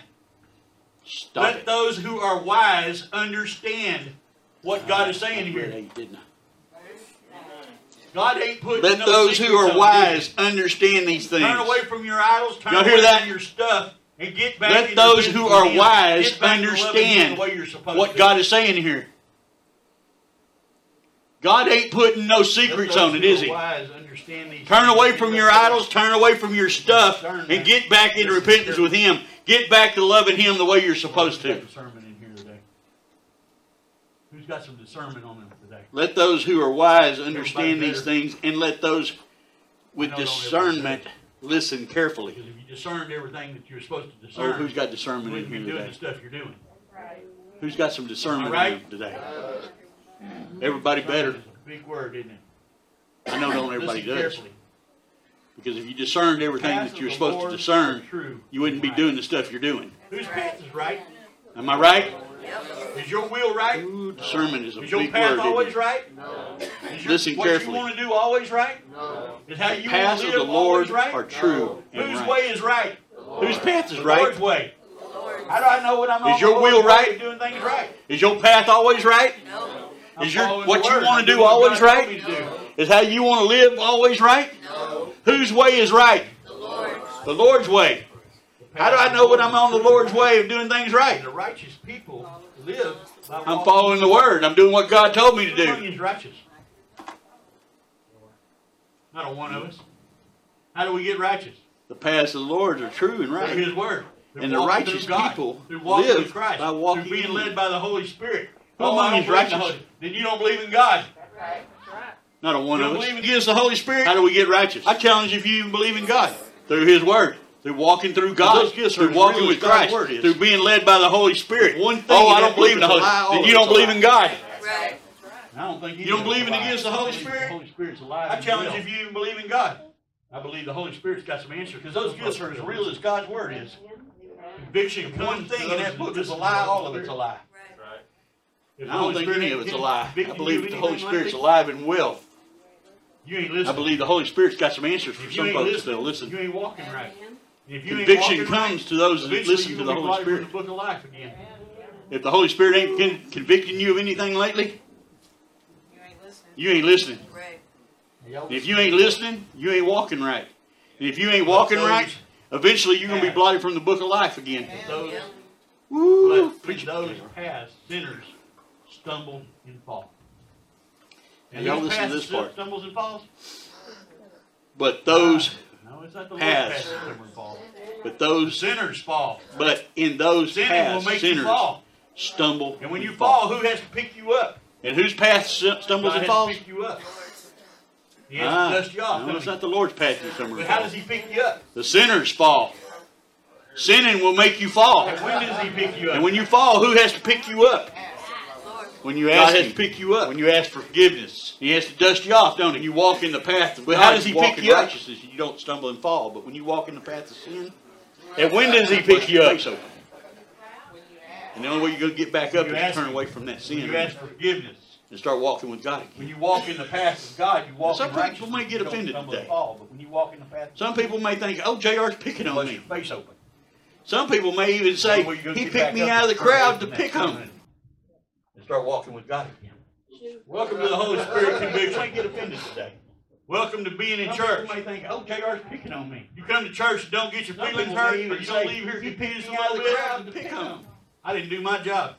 A: Stop
D: Let
A: it.
D: those who are wise understand what God is saying
A: I read
D: here.
A: eight, didn't I?
D: God ain't putting
A: Let
D: no
A: those who
D: secrets on
A: are
D: you.
A: wise understand these things.
D: Turn away from your idols. Turn
A: Y'all hear
D: away
A: that?
D: from your stuff and get back.
A: Let
D: into
A: those
D: business
A: who
D: with
A: are
D: Him.
A: wise
D: Get back to loving Him
A: understand
D: the way you're supposed
A: What
D: to.
A: God is saying here. God ain't putting no
D: Let
A: secrets
D: those
A: on it,
D: who
A: is
D: are
A: he?
D: Wise understand these
A: Turn
D: things.
A: away from your idols, turn away from your stuff, and get back into repentance with him. Get back to loving him the way you're supposed
D: Who's got
A: to.
D: Discernment in here today. Who's got some discernment on them today?
A: Let those who are wise understand these things, and let those with discernment listen carefully.
D: Because if you discerned everything that you're supposed to
A: Oh,
D: discern,
A: who's got
D: you
A: discernment in
D: wouldn't be
A: here
D: doing
A: today?
D: the stuff you're doing.
A: Who's got some discernment in them today? Everybody better.
D: Discernment is a Big word, isn't it?
A: I know don't everybody
D: Listen
A: does.
D: carefully.
A: Because if you discerned everything
D: Paths
A: that you're
D: of the
A: supposed
D: Lord
A: to
D: are
A: discern,
D: true
A: you wouldn't be
D: and right.
A: doing the stuff you're doing.
D: Whose path is right?
A: Am I right?
D: Is your will right?
A: Ooh, discernment is a
D: Is your
A: big
D: path
A: word.
D: always
A: Isn't it?
D: right? Is your-
A: Listen carefully.
D: What you want to do always right? Is how
A: The
D: you want
A: paths
D: to
A: of the
D: live always
A: Lord
D: right?
A: are true and
D: Whose
A: right.
D: way is right?
A: Whose path is
D: The
A: right?
D: Lord's way. How do I know what I'm on?
A: Is your
D: the
A: will
D: Lord's way
A: right?
D: of Doing things right.
A: Is your path always right?
D: I'm
A: Is your
D: following
A: what
D: the
A: you
D: Word.
A: want
D: I'm
A: to do
D: doing what
A: always
D: God told me
A: right?
D: to do.
A: Is how you want to live always right? Whose way is right? The Lord's way. How do I know when I'm on the Lord's way of doing things
D: And
A: right?
D: the righteous people live by
A: I'm following the word. I'm doing what God told me to
D: Who among
A: do.
D: you is righteous? Not a one of us. How do we get righteous?
A: The paths of the Lord are true and
D: through
A: right.
D: His word. through
A: And the
D: walking
A: righteous
D: through God,
A: people
D: through walking
A: live
D: with Christ,
A: by walking
D: through being
A: in
D: led by the Holy Spirit.
A: Who
D: Oh, I
A: among
D: don't
A: you
D: believe
A: is
D: in the
A: righteous?
D: Holy- Then you don't believe in God.
A: Not a one
D: You
A: of
D: don't
A: us.
D: believe in Jesus, the Holy Spirit.
A: How do we get righteous? I challenge you if you even believe in God through His Word, through walking through God,
D: Those gifts are
A: through
D: as
A: walking
D: real
A: with
D: as God's
A: Christ,
D: word is.
A: through being led by the Holy Spirit.
D: One thing
A: oh, I
D: that
A: don't believe in the
D: book
A: Holy
D: is a lie, all
A: Then
D: of
A: you
D: it's
A: don't
D: a
A: believe
D: lie.
A: in God.
E: Right.
D: I don't think
A: You don't believe in the
D: gives
A: gifts of the Holy Spirit?
D: The Holy Spirit's alive. I challenge you if you even believe in God. I believe the Holy Spirit's got some answers because those gifts are as real as God's word is. Conviction, one thing in that book is a lie. All of it's a lie.
A: I don't think any of it's a lie. I believe that the Holy Spirit's alive and well.
D: You ain't listening.
A: I believe the Holy Spirit's got some answers for
D: If you
A: some
D: ain't
A: folks that'll
D: listening,
A: listen.
D: you ain't walking right. If you ain't
A: Conviction
D: walking right,
A: comes to those that
D: eventually
A: listen
D: you're
A: to the
D: gonna be
A: Holy
D: blotted from
A: Spirit.
D: the book of life again.
A: If the Holy Spirit ain't con- convicting you of anything lately,
E: You ain't listening.
A: you ain't listening.
E: Right.
A: And if you ain't listening, you ain't walking right. And if you ain't walking right, eventually you're gonna be blotted from the book of life again.
D: Those-
E: Yeah.
A: Woo!
D: But
A: Preach
D: when
A: it.
D: those past sinners stumble and fall.
A: Now, y'all
D: who
A: listen to
D: past
A: this
D: sin-
A: part.
D: Stumbles and falls?
A: But those,
D: No, it's not the
A: paths.
D: past stumble and fall.
A: but those,
D: Sinners fall.
A: but in those
D: Sinning will
A: paths,
D: make you
A: sinners
D: fall.
A: stumble.
D: And when you fall, who has to pick you up?
A: and whose path stu- stumbles
D: God
A: and
D: has
A: falls?
D: to pick you up. He has
A: Ah,
D: to dust you off.
A: no, it's
D: doesn't
A: not
D: he?
A: the Lord's path that stumbles
D: But
A: and
D: how does
A: falls.
D: he pick you up?
A: The sinners fall. Sinning will make you fall.
D: And when does he pick you up?
A: And when you fall, who has to pick you up? When you ask
D: God has
A: him. When you ask forgiveness, he has to dust you off, don't he? You walk in the path of but how does he pick you
D: up?
A: righteousness, you don't stumble and fall. But when you walk in the path of sin, and when does he pick you up? And the only way you're going to get back up
D: You
A: is to
D: ask
A: turn
D: him.
A: away from that
D: When
A: sin
D: you ask forgiveness.
A: and start walking with God again.
D: When you walk in the path of God, you walk
A: Some
D: in
A: people
D: righteousness.
A: may get
D: you don't
A: offended
D: stumble
A: today.
D: and fall, but when you walk in the path of
A: Some people may think, oh, JR's picking on
D: Bless your
A: me.
D: face open.
A: Some people may even say,
D: Well, you're gonna
A: he
D: get
A: picked
D: back
A: me
D: up
A: out of the
D: and start
A: crowd to
D: living that
A: pick on me.
D: covenant. And start walking with God again. Welcome to the Holy Spirit conviction. Don't get offended today. Welcome to being in church. You think, oh, JR's picking on me. You come to church and don't get your
A: Some
D: feelings
A: people
D: hurt,
A: may
D: or
A: even
D: you don't
A: say,
D: leave here
A: "You picked
D: confused a
A: me out of
D: little
A: the crowd
D: bit.
A: to pick on me."
D: I didn't do my job.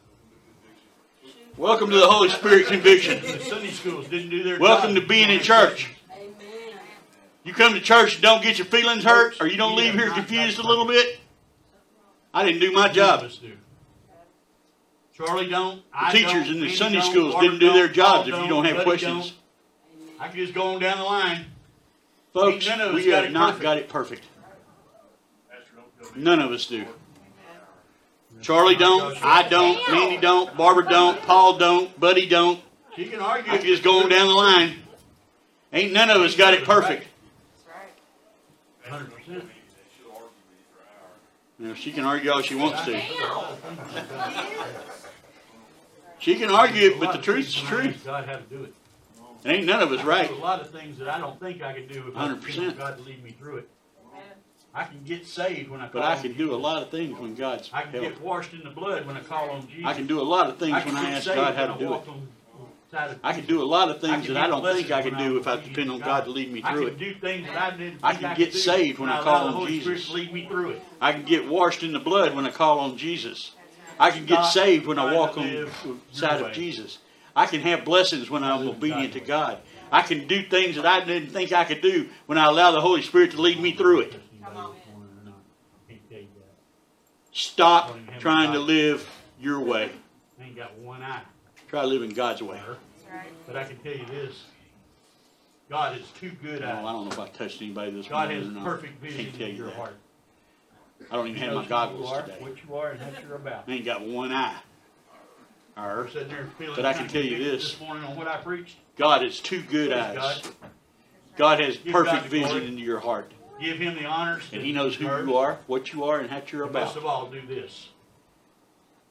A: Welcome to the Holy Spirit conviction.
D: The Sunday schools didn't do their job.
A: Welcome to being in church.
E: Amen.
A: You come to church and don't get your feelings hurt, or you don't leave here confused a little bit. I didn't do my
D: None of
A: job.
D: us do. Charlie don't.
A: The
D: I
A: teachers
D: don't,
A: in the
D: Andy
A: Sunday
D: don't,
A: schools
D: Bart
A: didn't do
D: don't,
A: their jobs
D: Paul
A: if you don't have
D: Buddy
A: questions.
D: don't. I can just go on down the line.
A: Folks,
D: None of us
A: we
D: got
A: have
D: it
A: not
D: perfect.
A: got it perfect. None of us do. Charlie don't, I don't, Mandy don't, Barbara don't, Paul don't, Buddy don't.
D: She can argue.
A: I can just go on down the line. Ain't none of us got it perfect.
E: That's right.
D: Hundred percent.
A: You know, she can argue all she wants to. She can argue it, but the truth's the truth.
D: God how to do it.
A: And ain't none of us
D: I
A: right.
D: do A lot of things that I don't think I could do if I
A: 100%.
D: didn't God to lead me through it. I can get saved when I call
A: But I
D: on
A: can
D: Jesus.
A: do a lot of things when God's
D: I can
A: help.
D: get washed in the blood when I call on Jesus.
A: I can do a lot of things
D: can
A: when I
D: get
A: ask
D: saved
A: God how
D: when
A: to do it.
D: walk on the side of
A: I can do a lot of
D: I
A: things
D: can
A: that I
D: get
A: don't think I
D: blessings
A: could
D: when
A: do if I
D: obedient
A: depend on God to lead me through
D: I
A: it.
D: can do things that I didn't.
A: I
D: think
A: can
D: could
A: get
D: do
A: saved when I
D: allow
A: call
D: the
A: on
D: Holy Spirit
A: Jesus.
D: to Lead me through it.
A: I can get washed in the blood when I call on Jesus. I can get
D: Stop
A: saved when I
D: trying to
A: walk on
D: live
A: the
D: your
A: side of
D: way.
A: Jesus. I can have blessings when I'm obedient to God. I can do things that I didn't think I could do when I allow the Holy Spirit to lead me through it.
E: Come on in.
D: Can't tell you that.
A: Stop trying to live your way.
D: I Ain't got one eye,
A: Try living God's way.
E: That's right.
D: but I can tell you this. God is too good
A: Oh, I
D: at it.
A: don't know if I touched anybody this
D: God
A: morning
D: has
A: or not.
D: perfect vision
A: Can't tell
D: in
A: you
D: your
A: that.
D: heart.
A: I don't even
D: He
A: have
D: knows
A: my
D: who
A: goggles
D: you are,
A: today.
D: What you are and what you're about.
A: I ain't got one eye.
D: We're
A: Arr.
D: sitting there feeling
A: But I can
D: kinda
A: tell you
D: convicted
A: this.
D: This morning on what I preached,
A: God is too good
D: Yes,
A: at us. God has
D: Give God
A: perfect
D: the glory.
A: vision into your heart.
D: give him the honors.
A: And he knows who you are, what you are, and what you're
D: Most
A: about.
D: of all, do this.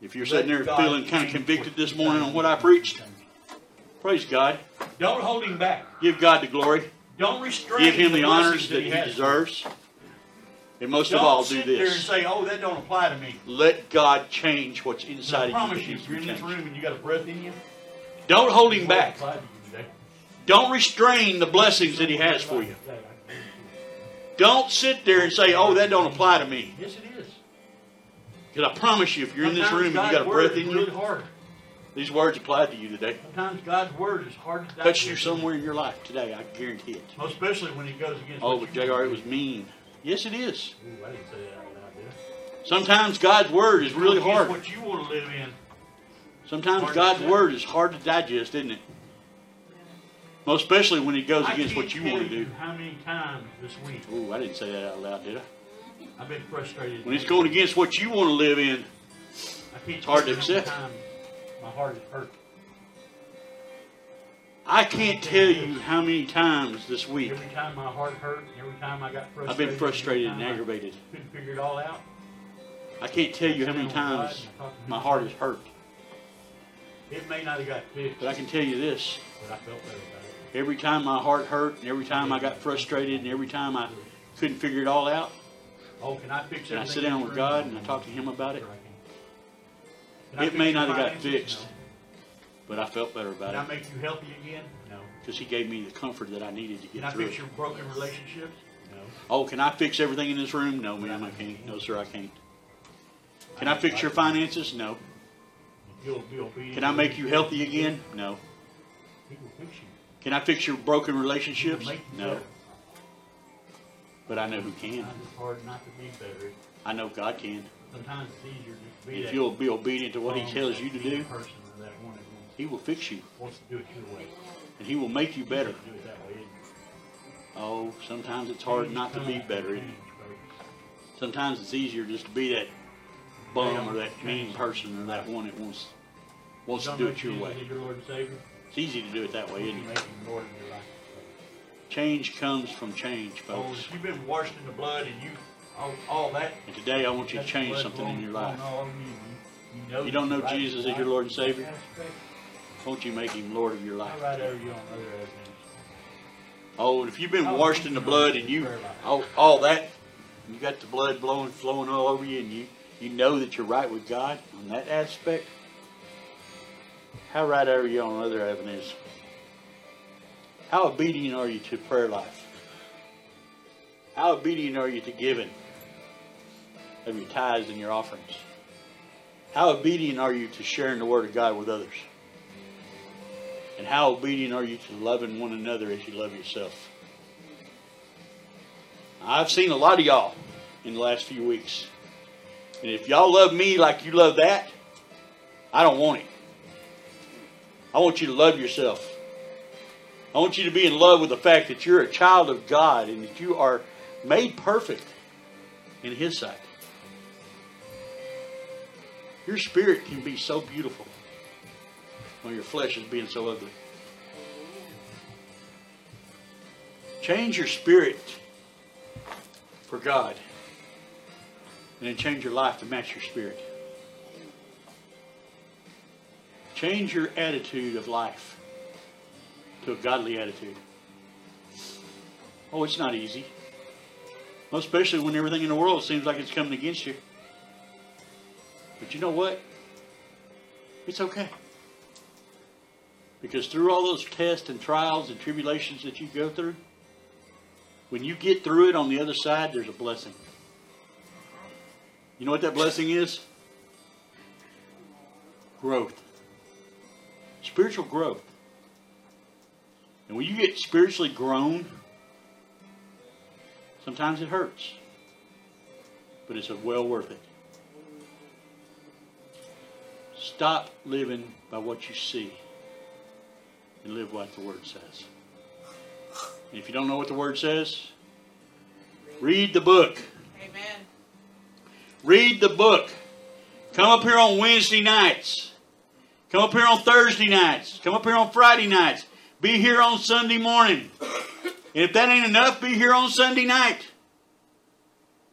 A: If you're sitting there
D: Let God
A: feeling kind
D: change
A: of convicted
D: what
A: this
D: you
A: morning
D: think.
A: on what I preached, praise God.
D: Don't hold him back.
A: Give God the glory.
D: Don't restrain.
A: Give him the honors
D: blessings
A: that he
D: has.
A: deserves. And most of
D: Don't
A: all, do
D: sit there and
A: this.
D: say, "Oh, that don't apply to me."
A: Let God change what's
D: I
A: inside of
D: promise you,
A: you. that
D: if
A: you
D: you're in
A: can
D: this
A: change.
D: room and you got a breath in you,
A: Don't hold him
D: it
A: back.
D: applied to you today.
A: Don't restrain the blessings that he has for you. Don't sit there and say, oh, that don't apply to me.
D: Yes, it is.
A: Because I promise you, if you're in this room and you
D: Sometimes
A: got a
D: God's word
A: breath in
D: is really
A: you,
D: hard.
A: these words apply to you today.
D: Sometimes God's word is hard to digest.
A: Touched you somewhere in your life today, I guarantee it.
D: Most Especially when he goes against.
A: Oh,
D: what
A: but
D: you
A: JR, it was mean. Yes, it is.
F: Ooh, I didn't say that one out there.
A: Sometimes God's word is really
D: Is
A: hard.
D: What you want to live in.
A: Sometimes God's word is hard to digest, isn't it? Most especially when it goes
D: I
A: against what
D: can't
A: you
D: tell
A: want to do.
D: How many times this week
A: Ooh, I didn't say that out loud, did I?
D: I've been frustrated.
A: When it's going against what you want to live in,
D: I can't
A: it's hard
D: tell you
A: to
D: how many
A: accept.
D: times My heart is hurt.
A: I can't tell you how many times this week
D: Every time my heart hurt, every time I got frustrated.
A: I've been
D: every
A: frustrated
D: time
A: and
D: I
A: aggravated.
D: Couldn't figure it all out.
A: I can't tell you how many times my heart is hurt,
D: It may not have got fixed,
A: but I can tell you this.
D: but I felt better about it.
A: Every time my heart hurt, and every time I got frustrated, and every time I couldn't figure it all out,
D: Oh, can I fix
A: and I
D: everything
A: sit
D: in
A: down
D: this
A: with
D: room?
A: God and I talk to Him about it,
D: Sure I can. Can I
A: It
D: fix
A: may
D: your
A: not have got
D: finances?
A: fixed.
D: No.
A: but I felt better
D: Can I
A: about it
D: make you healthy again? No.
A: because He gave me the comfort that I needed to
D: Can I
A: get through.
D: fix
A: it.
D: your broken relationships? No.
A: Oh, can I fix everything in this room? No, ma'am, I can't. No, sir, I can't. Can I fix your finances? No.
D: If You'll be obedient.
A: Can I make you healthy again? No.
D: He will fix you.
A: Can I fix your broken
D: He will
A: relationships?
D: make you
A: No.
D: better.
A: But I know who can.
D: Sometimes it's hard not to be better.
A: I know God can.
D: Sometimes it's easier just to be
A: If
D: that
A: you'll be obedient to what He
D: strong,
A: tells
D: that
A: you to
D: mean
A: do,
D: Person or that one that wants-
A: He will fix you
D: wants to do it your way.
A: and He will make you better.
D: Do it that way. It's
A: Oh, sometimes it's hard not to be better. isn't it? Sometimes it's easier just to be that bum or that mean person or that one that wants wants to do it your way.
D: Your Lord and Savior.
A: It's easy to do it that way,
D: You
A: isn't it?
D: make him Lord in your life.
A: Change comes from change,
D: Oh,
A: folks.
D: if you've been washed in the blood and you, all, all that.
A: And today I want you to
D: that's
A: change
D: blood
A: something in
D: flowing-
A: your life.
D: flowing all over you, you- know
A: You don't know
D: right,
A: Jesus as your
D: right,
A: Lord and Savior?
D: aspect,
A: Won't you make Him Lord of your
D: Not
A: life?
D: right over you on other avenues.
A: Oh, and if you've been washed in the blood and you all, all that, you got the blood blowing, flowing all over you, and you you know that you're right with God on that aspect. How right are you on other avenues? How obedient are you to prayer life? How obedient are you to giving of your tithes and your offerings? How obedient are you to sharing the word of God with others? And how obedient are you to loving one another as you love yourself? I've seen a lot of y'all in the last few weeks. And if y'all love me like you love that, I don't want it. I want you to love yourself. I want you to be in love with the fact that you're a child of God and that you are made perfect in His sight. Your spirit can be so beautiful when your flesh is being so ugly. Change your spirit for God, and then change your life to match your spirit. Change your attitude of life to a godly attitude. Oh, it's not easy. Well, especially when everything in the world seems like it's coming against you. But you know what? It's okay. Because through all those tests and trials and tribulations that you go through, when you get through it on the other side, there's a blessing. You know what that blessing is? Growth. Spiritual growth. And when you get spiritually grown, sometimes it hurts. But it's well worth it. Stop living by what you see and live like the Word says. And if you don't know what the Word says, read the book.
E: Amen.
A: Read the book. Come up here on Wednesday nights. Come up here on Thursday nights. Come up here on Friday nights. Be here on Sunday morning. And if that ain't enough, be here on Sunday night.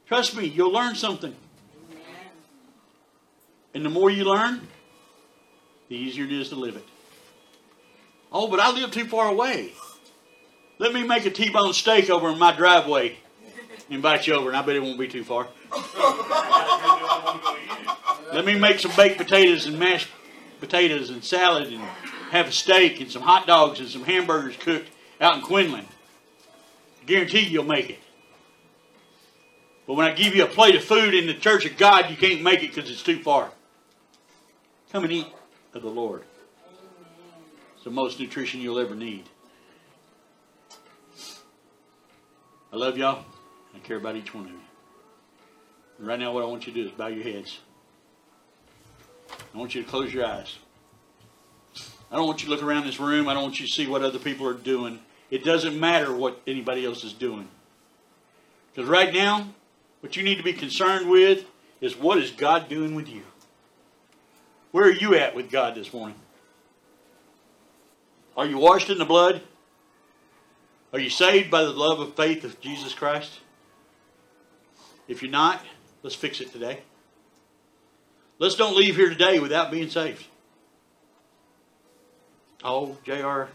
A: Trust me, you'll learn something.
E: Amen.
A: And the more you learn, the easier it is to live it. Oh, but I live too far away. Let me make a T-bone steak over in my driveway. Invite you over, and I bet it won't be too far. Let me make some baked potatoes and mashed potatoes and salad and have a steak and some hot dogs and some hamburgers cooked out in Quinlan. Guarantee you'll make it. But when I give you a plate of food in the church of God, you can't make it because it's too far. Come and eat of the Lord. It's the most nutrition you'll ever need. I love y'all. I care about each one of you. And right now, what I want you to do is bow your heads. I want you to close your eyes. I don't want you to look around this room. I don't want you to see what other people are doing. It doesn't matter what anybody else is doing. Because right now, what you need to be concerned with is what is God doing with you? Where are you at with God this morning? Are you washed in the blood? Are you saved by the love of faith of Jesus Christ? If you're not, let's fix it today. Let's don't leave here today without being saved. Oh, JR, I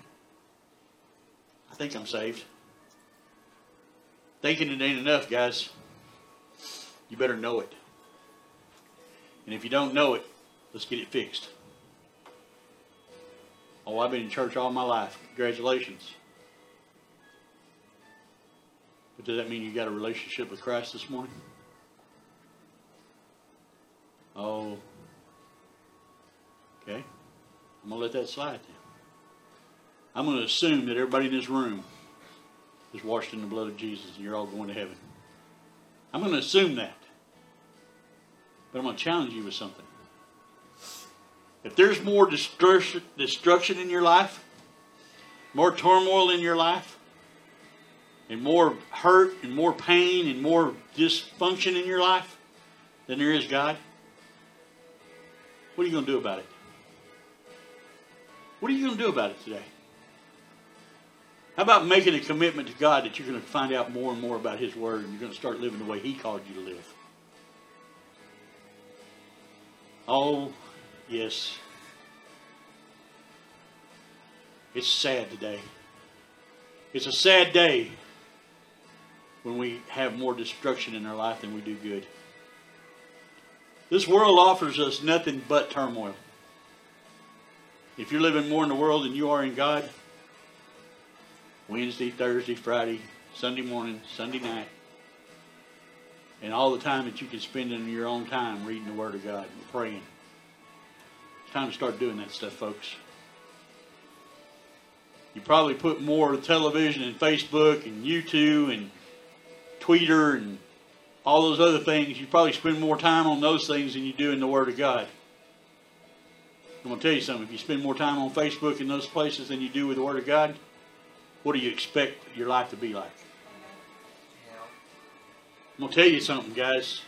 A: think I'm saved. Thinking it ain't enough, guys. You better know it. And if you don't know it, let's get it fixed. Oh, I've been in church all my life. Congratulations. But does that mean you got a relationship with Christ this morning? Oh. Okay. I'm going to let that slide then. I'm going to assume that everybody in this room is washed in the blood of Jesus and you're all going to heaven. I'm going to assume that. But I'm going to challenge you with something. If there's more destruction, destruction in your life, more turmoil in your life, and more hurt and more pain and more dysfunction in your life than there is God, what are you going to do about it? What are you going to do about it today? How about making a commitment to God that you're going to find out more and more about His Word and you're going to start living the way He called you to live? Oh, yes. It's sad today. It's a sad day when we have more destruction in our life than we do good. This world offers us nothing but turmoil. If you're living more in the world than you are in God, Wednesday, Thursday, Friday, Sunday morning, Sunday night, and all the time that you can spend in your own time reading the Word of God and praying. It's time to start doing that stuff, folks. You probably put more television and Facebook and YouTube and Twitter and all those other things. You probably spend more time on those things than you do in the Word of God. I'm going to tell you something. If you spend more time on Facebook and those places than you do with the Word of God, what do you expect your life to be like? I'm going to tell you something, guys.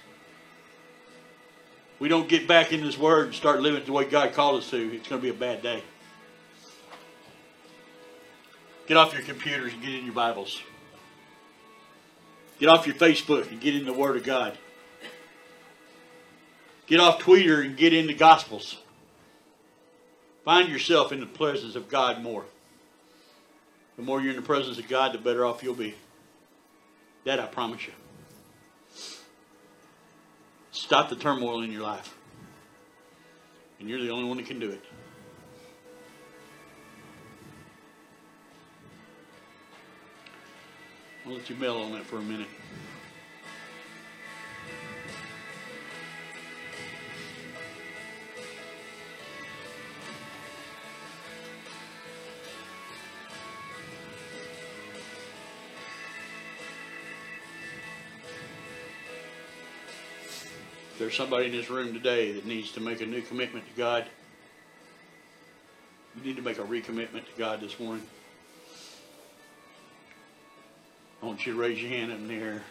A: We don't get back in this Word and start living the way God called us to. It's going to be a bad day. Get off your computers and get in your Bibles. Get off your Facebook and get in the Word of God. Get off Twitter and get in the Gospels. Find yourself in the presence of God more. The more you're in the presence of God, the better off you'll be. That I promise you. Stop the turmoil in your life. And you're the only one that can do it. I'll let you mellow on that for a minute. If there's somebody in this room today that needs to make a new commitment to God, you need to make a recommitment to God this morning. I want you to raise your hand up in the air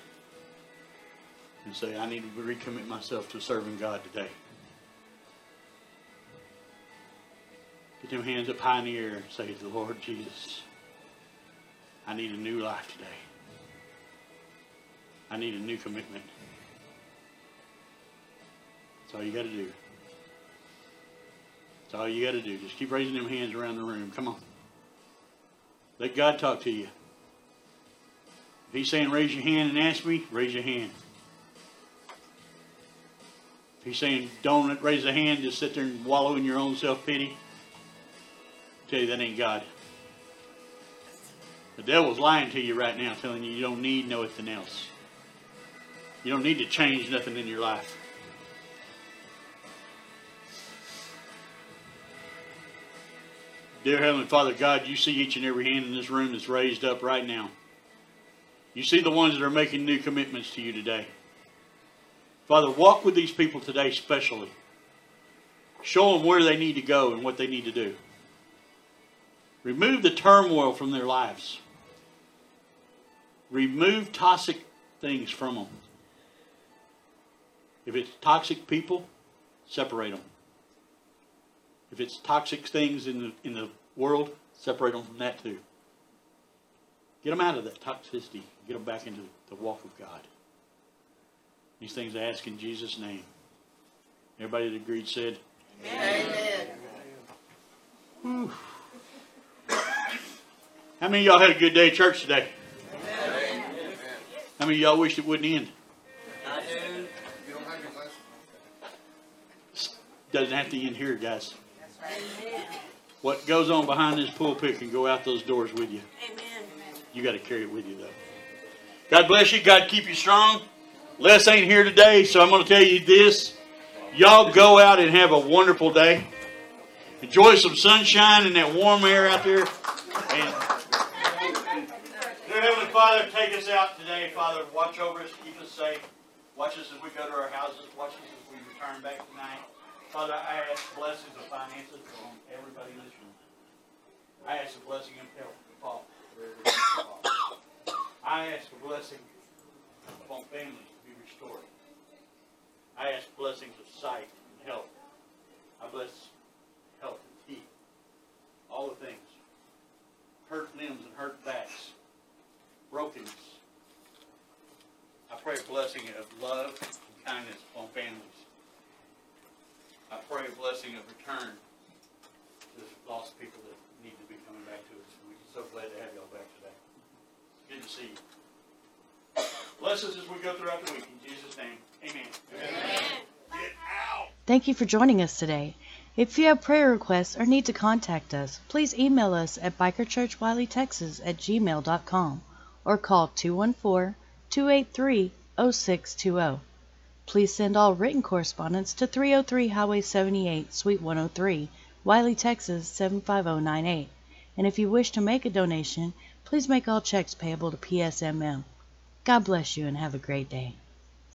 A: and say, I need to recommit myself to serving God today. Get them hands up high in the air and say to the Lord Jesus, I need a new life today. I need a new commitment. That's all you got to do. That's all you got to do. Just keep raising them hands around the room. Come on. Let God talk to you. If he's saying raise your hand and ask me, raise your hand. If he's saying don't raise a hand, just sit there and wallow in your own self pity, tell you that ain't God. The devil's lying to you right now, telling you you don't need nothing else. You don't need to change nothing in your life. Dear Heavenly Father God, you see each and every hand in this room that's raised up right now.
D: You see the ones that are making new commitments to you today. Father, walk with these people today specially. Show them where they need to go and what they need to do. Remove the turmoil from their lives. Remove toxic things from them. If it's toxic people, separate them. If it's toxic things in the, in the world, separate them from that too. Get them out of that toxicity. Get them back into the walk of God. These things I ask in Jesus' name. Everybody that agreed said,
E: Amen.
D: How many of y'all had a good day at church today? How many of y'all wished it wouldn't end? Doesn't have to end here, guys.
E: Amen.
D: What goes on behind this pulpit can go out those doors with you.
E: Amen.
D: You got to carry it with you, though. God bless you. God keep you strong. Les ain't here today, so I'm going to tell you this. Y'all go out and have a wonderful day. Enjoy some sunshine and that warm air out there. And Dear Heavenly Father, take us out today, Father. Watch over us, keep us safe. Watch us as we go to our houses. Watch us as we return back tonight. Father, I ask blessings of finances on everybody in this room. I ask a blessing of health for Paul. wherever he is involved. I ask a blessing upon families to be restored. I ask blessings of sight and health. I bless health and teeth, all the things. Hurt limbs and hurt backs, brokenness. I pray a blessing of love and kindness upon families. I pray a blessing of return to the lost people that need to be coming back to us. We're so glad to have y'all back today. Good to see you. Bless us as we go throughout the week. In Jesus' name, amen.
B: Thank you for joining us today. If you have prayer requests or need to contact us, please email us at bikerchurchwileytexas at gmail.com or call 214 283 0620. oh. Please send all written correspondence to 303 Highway 78, Suite 103, Wiley, Texas 75098. And if you wish to make a donation, please make all checks payable to PSMM. God bless you and have a great day.